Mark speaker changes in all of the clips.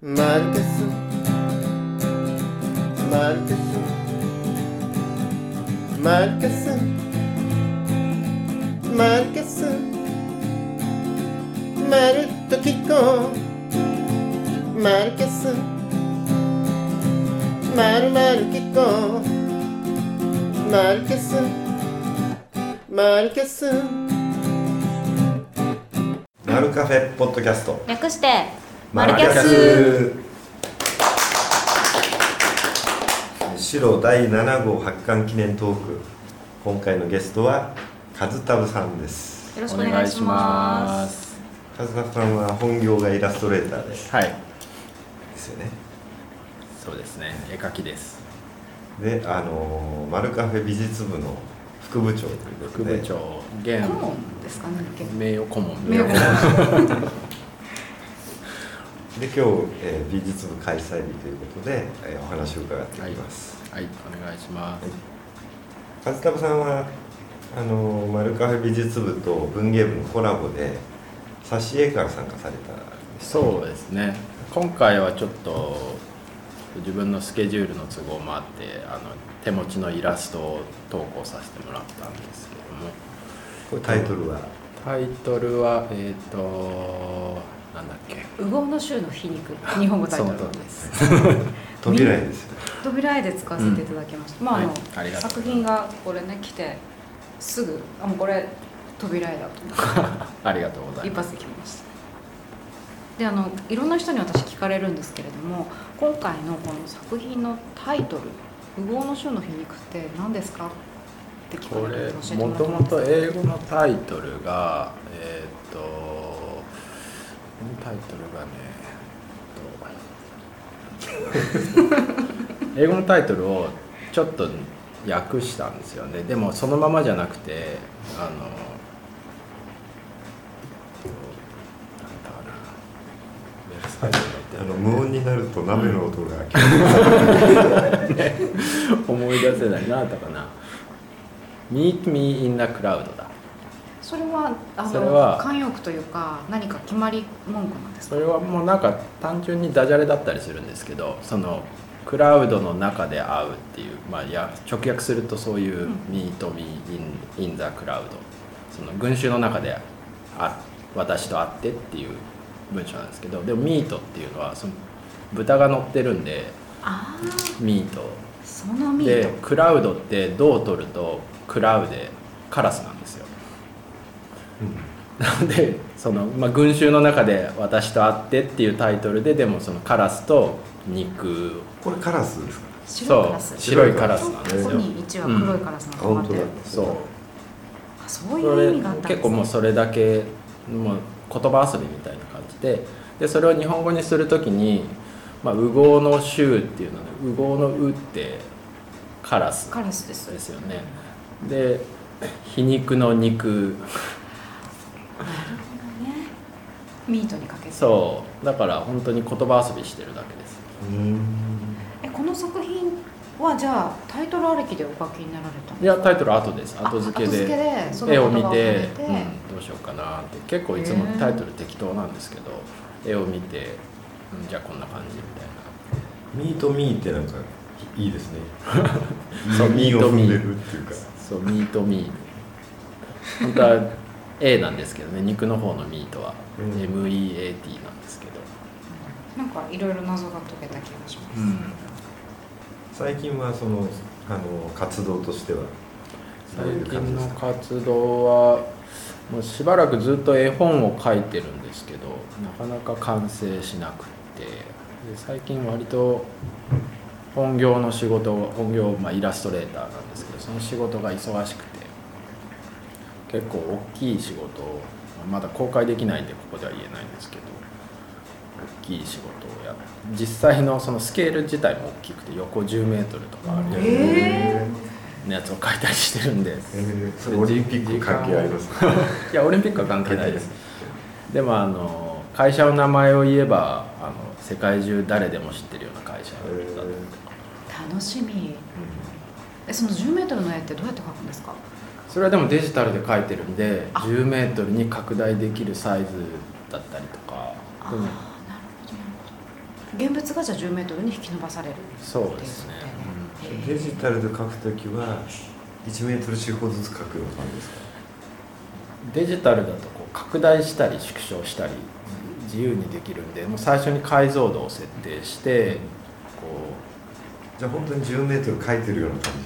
Speaker 1: マルケスマルケスマルケスマルケスまるっと聞こうマルケスまるまる聞こうマルケスマルケス
Speaker 2: マルカフェポッドキャスト
Speaker 3: 略して
Speaker 2: マ
Speaker 3: マ
Speaker 2: ル
Speaker 3: ル
Speaker 2: キ
Speaker 3: キ
Speaker 2: ャ
Speaker 3: ャ
Speaker 2: ス
Speaker 3: ス
Speaker 2: 白第7号発刊記念トーク今回のゲストはカズタブさんです
Speaker 3: よろしくお願いします
Speaker 4: す
Speaker 2: カズタブさんは本業がイラストレーターで
Speaker 4: はい
Speaker 2: ですよね
Speaker 4: そうですね絵描きです
Speaker 2: であのーマルカフェ美術部の副部長ということ
Speaker 4: 副
Speaker 2: で
Speaker 4: 部長現
Speaker 3: 顧問ですかね
Speaker 4: 名誉顧問
Speaker 3: 名誉顧問
Speaker 2: で今日、えー美術部開催日ということで、えーお話を伺っていきます、
Speaker 4: はいお願いします
Speaker 2: カズタブさんはあのーマルカフェ美術部と文芸部のコラボで挿絵から参加されたんです
Speaker 4: そうですね今回はちょっと自分のスケジュールの都合もあってあの手持ちのイラストを投稿させてもらったんですけども
Speaker 2: これタイトルは
Speaker 4: タイトルはえっ、となんだっけ
Speaker 3: 「うごうの州の皮肉」日本語タイトル
Speaker 4: そう
Speaker 3: で
Speaker 4: です
Speaker 2: 「扉絵」ですよ
Speaker 3: 扉絵で使わせていただきました、まああの、
Speaker 4: はいありがとう
Speaker 3: 作品がこれね来てすぐあもうこれ扉絵だと思って
Speaker 4: ありがとうご ざい
Speaker 3: 一
Speaker 4: ま
Speaker 3: 発
Speaker 4: す
Speaker 3: で決めましたであのいろんな人に私聞かれるんですけれども今回のこの作品のタイトル「無謀の種の皮肉」って何ですかって聞
Speaker 4: こ
Speaker 3: かれて
Speaker 4: れ
Speaker 3: 教えて
Speaker 4: も
Speaker 3: もら
Speaker 4: と
Speaker 3: って
Speaker 4: もと英語のタイトルがえーっとこのタイトルがねえーっと英語のタイトルをちょっと訳したんですよねでもそのままじゃなくてあのなんだかなウェブサイトに載って
Speaker 2: あ
Speaker 4: る
Speaker 2: の無音になると鍋の音が聞こえる
Speaker 4: 思い出せないなだったかな「Meet Me in the Cloud」だ
Speaker 3: それはあの
Speaker 4: それは
Speaker 3: 慣用句というか何か決まり文句なんです
Speaker 4: そ
Speaker 3: か
Speaker 4: れはもうなんか単純にダジャレだったりするんですけどそのクラウドの中で会うっていう、まあ、や直訳するとそうい
Speaker 3: う
Speaker 4: う
Speaker 3: ん
Speaker 4: 「ミート・ミー・イン・ザ・クラウド」その群衆の中であ私と会ってっていう文章なんですけどでも「ミート」っていうのはその豚が乗ってるんで
Speaker 3: ああ
Speaker 4: 「ミート
Speaker 3: その」ミー
Speaker 4: で
Speaker 3: ト
Speaker 4: 「クラウド」って「どう取ると「クラウ」でカラスなんですよなのでその、まあ、群衆の中で「私と会って」っていうタイトルででもそのカラスと肉
Speaker 2: これカラスですか
Speaker 3: 白いカラス
Speaker 4: そう白いカラスなんです
Speaker 3: こ
Speaker 4: よ
Speaker 3: こに1は黒いカラスが止まってる、
Speaker 2: うん本
Speaker 4: そう
Speaker 3: あそう
Speaker 4: そ
Speaker 3: い
Speaker 4: れ
Speaker 3: う意味があったんです、ね、
Speaker 4: 結構もうそれだけもう言葉遊びみたいな感じででそれを日本語にするときに「まあ、右合の衆」っていうので右合の「う」ってカラス
Speaker 3: カラスです
Speaker 4: ですよねで皮肉の肉
Speaker 3: ミートにかけて
Speaker 4: そうだから本当に言葉遊びしてるだけです
Speaker 2: うん
Speaker 3: えこの作品はじゃあタイトルありきでお書きになられたんで
Speaker 4: い
Speaker 3: す
Speaker 4: やタイトル後です後付けで
Speaker 3: でその
Speaker 4: 絵を見
Speaker 3: 言葉
Speaker 4: て、
Speaker 3: 入れて
Speaker 4: うん、どうしようかなって結構いつもタイトル適当なんですけど、絵を見て、うん、じゃあこんな感じみたいな
Speaker 2: ミートミーってなんかいいです ね
Speaker 4: そう
Speaker 2: ミ
Speaker 4: ミ
Speaker 2: ー
Speaker 4: ー
Speaker 2: を
Speaker 4: ト
Speaker 2: 踏ん
Speaker 4: ミー
Speaker 2: でるっていうか
Speaker 4: そう「ミート・ミー」本当は A なんですけどね肉の方の「ミートは」
Speaker 2: うん
Speaker 4: MEAT なんですけど、
Speaker 3: なんかいろいろ謎が解けた気がします、
Speaker 2: 最近はそのあの活動としてはどういう
Speaker 4: 最
Speaker 2: 感じ
Speaker 4: 近
Speaker 2: です
Speaker 4: の
Speaker 2: か
Speaker 4: 活動はもうしばらくずっと絵本を描いてるんですけどなかなか完成しなくってで最近割と本業の仕事本業、まあ、イラストレーターなんですけどその仕事が忙しくて結構大きい仕事をまだ公開できないんでここでは言えないんですけど大きい仕事をやっ実際のそのスケール自体も大きくて横10メートルとかあるような
Speaker 3: え
Speaker 4: やつを描いたりしてるんで
Speaker 2: えーそれオリンピック関係ありますか
Speaker 4: いやオリンピックは関係ないですでもあの会社の名前を言えばあの世界中誰でも知ってるような会社だ
Speaker 2: え
Speaker 4: った
Speaker 2: ー
Speaker 3: 楽しみえその1 0ルの絵ってどうやって描くんですか
Speaker 4: それはでもデジタルで書いてるんで
Speaker 3: あ
Speaker 4: 10メートルに拡大できるサイズだったりとか
Speaker 3: ああ
Speaker 4: でも
Speaker 3: なるほどなるほど現物がじゃあ10メートルに引き伸ばされるっていう
Speaker 4: そうですね
Speaker 3: ことで
Speaker 2: デジタルで書くときは1メートル四方ずつ書くような感じですか
Speaker 4: デジタルだとこう拡大したり縮小したり自由にできるんでもう最初に解像度を設定してこ
Speaker 2: じゃあ本当に10メートル書いてるような感
Speaker 4: う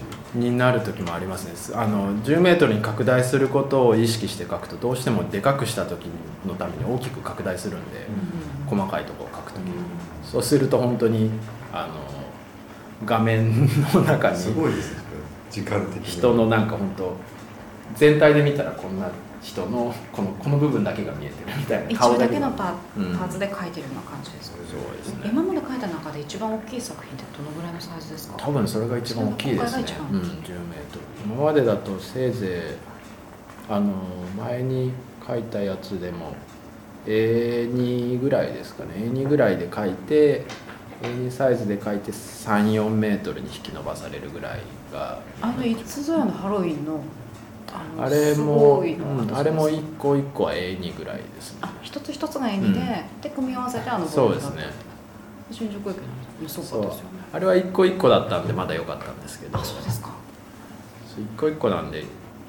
Speaker 4: になる時もありますねあの10メートルに拡大することを意識して書くとどうしてもでかくした時のために大きく拡大するんで
Speaker 3: うん
Speaker 4: 細かいところを書くとき
Speaker 2: じ、
Speaker 4: そうすると本当にあの画面の中に
Speaker 2: すごいですね時間的に
Speaker 4: 人のなんか本当全体で見たらこんな人のこのこの部分だけが見えてるみたいな
Speaker 3: 一部だけ
Speaker 4: 見えて
Speaker 3: の
Speaker 4: る
Speaker 3: パ,、
Speaker 4: うん
Speaker 3: パーツで描いてるような感じですか、
Speaker 4: そうですね
Speaker 3: 今まで描いた中で一番大きい作品ってどのぐらいのサイズですか
Speaker 4: 多分それが一番大きいですね
Speaker 3: それが一番
Speaker 4: うん、
Speaker 3: 大
Speaker 4: 10
Speaker 3: きい
Speaker 4: メートル今までだとせいぜいあの前に書いたやつでも A2 ぐらいですかね A2 ぐらいで書いて A2 サイズで書いて34メートルに引き伸ばされるぐらいが
Speaker 3: あのいつぞやのハロウィンのあの
Speaker 4: あれ
Speaker 3: す
Speaker 4: も、
Speaker 3: ご
Speaker 4: う
Speaker 3: いの
Speaker 4: ん、あれも一個一個は A2 ぐらいですね
Speaker 3: あ一つ一つが絵にで、
Speaker 4: うん
Speaker 3: で組み合わせてあの
Speaker 4: そう
Speaker 3: ボール
Speaker 4: で
Speaker 3: だ
Speaker 4: す
Speaker 3: った
Speaker 4: ね
Speaker 3: 新宿駅のそう
Speaker 4: そう
Speaker 3: かですよね
Speaker 4: あれは一個一個だったんでまだ良かったんですけど
Speaker 3: あそうですか
Speaker 4: そう一個一個なんで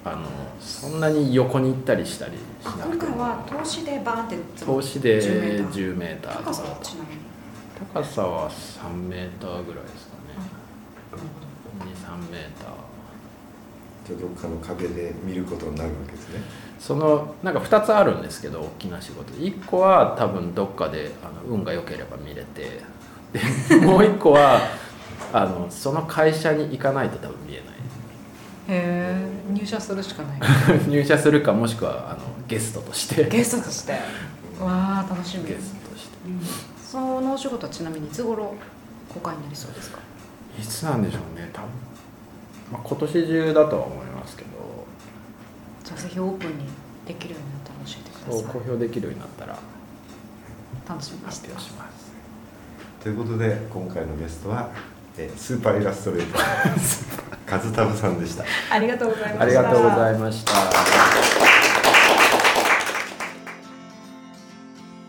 Speaker 4: あのそんなに横に行ったりしたりしな
Speaker 3: 今
Speaker 4: くて
Speaker 3: 回
Speaker 4: も
Speaker 3: は投資でバーンって
Speaker 4: 投資で
Speaker 3: 10m
Speaker 4: 10メーターとか
Speaker 3: 高さはちなみに
Speaker 4: 高さは3メーターぐらいですかね23メーター
Speaker 2: じゃあどっかの壁で見ることになるわけですね
Speaker 4: そのなんか2つあるんですけど大きな仕事1個は多分どっかであの運が良ければ見れてでもう1個はあのその会社に行かないと多分見え
Speaker 3: へえ入社するしかない
Speaker 4: ない入社するかもしくはあのゲストとして
Speaker 3: ゲストとしてわあ楽しみ
Speaker 4: ゲ
Speaker 3: で
Speaker 4: ス
Speaker 3: す、
Speaker 4: トとして
Speaker 3: うんそのお仕事はちなみにいつ頃公開になりそうですか
Speaker 4: いつなんでしょうね多分、まあ、今年中だとは思いますけど
Speaker 3: じゃあぜひオープンにできるようになったら教えてくだ
Speaker 4: そう
Speaker 3: さ
Speaker 4: 公
Speaker 3: い
Speaker 4: 表できるようになったら
Speaker 3: 楽しみにし
Speaker 4: 発
Speaker 3: て
Speaker 4: 表
Speaker 3: ます
Speaker 4: します
Speaker 2: ということで今回のゲストは、えースーパーイラストレーター カズタブさんでした
Speaker 3: ありがとうございました
Speaker 4: ありがとうございました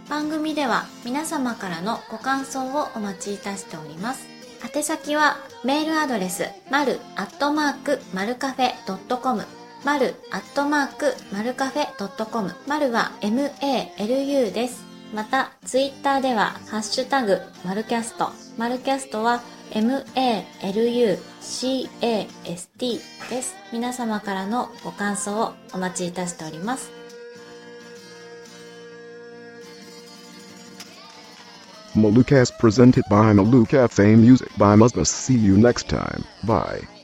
Speaker 5: 番組では皆様からのご感想をお待ちいたしております。宛先はメールアドレス、まるアットマーク、まるカフェ .com、まるアットマーク、まるカフェ .com、まるは malu です。また、ツイッターでは、ハッシュタグ、まるキャスト、まるキャストは、malucast です。皆様からのご感想をお待ちいたしております。
Speaker 6: Malukas presented by Malu Cafe Music by Must See you next time. Bye.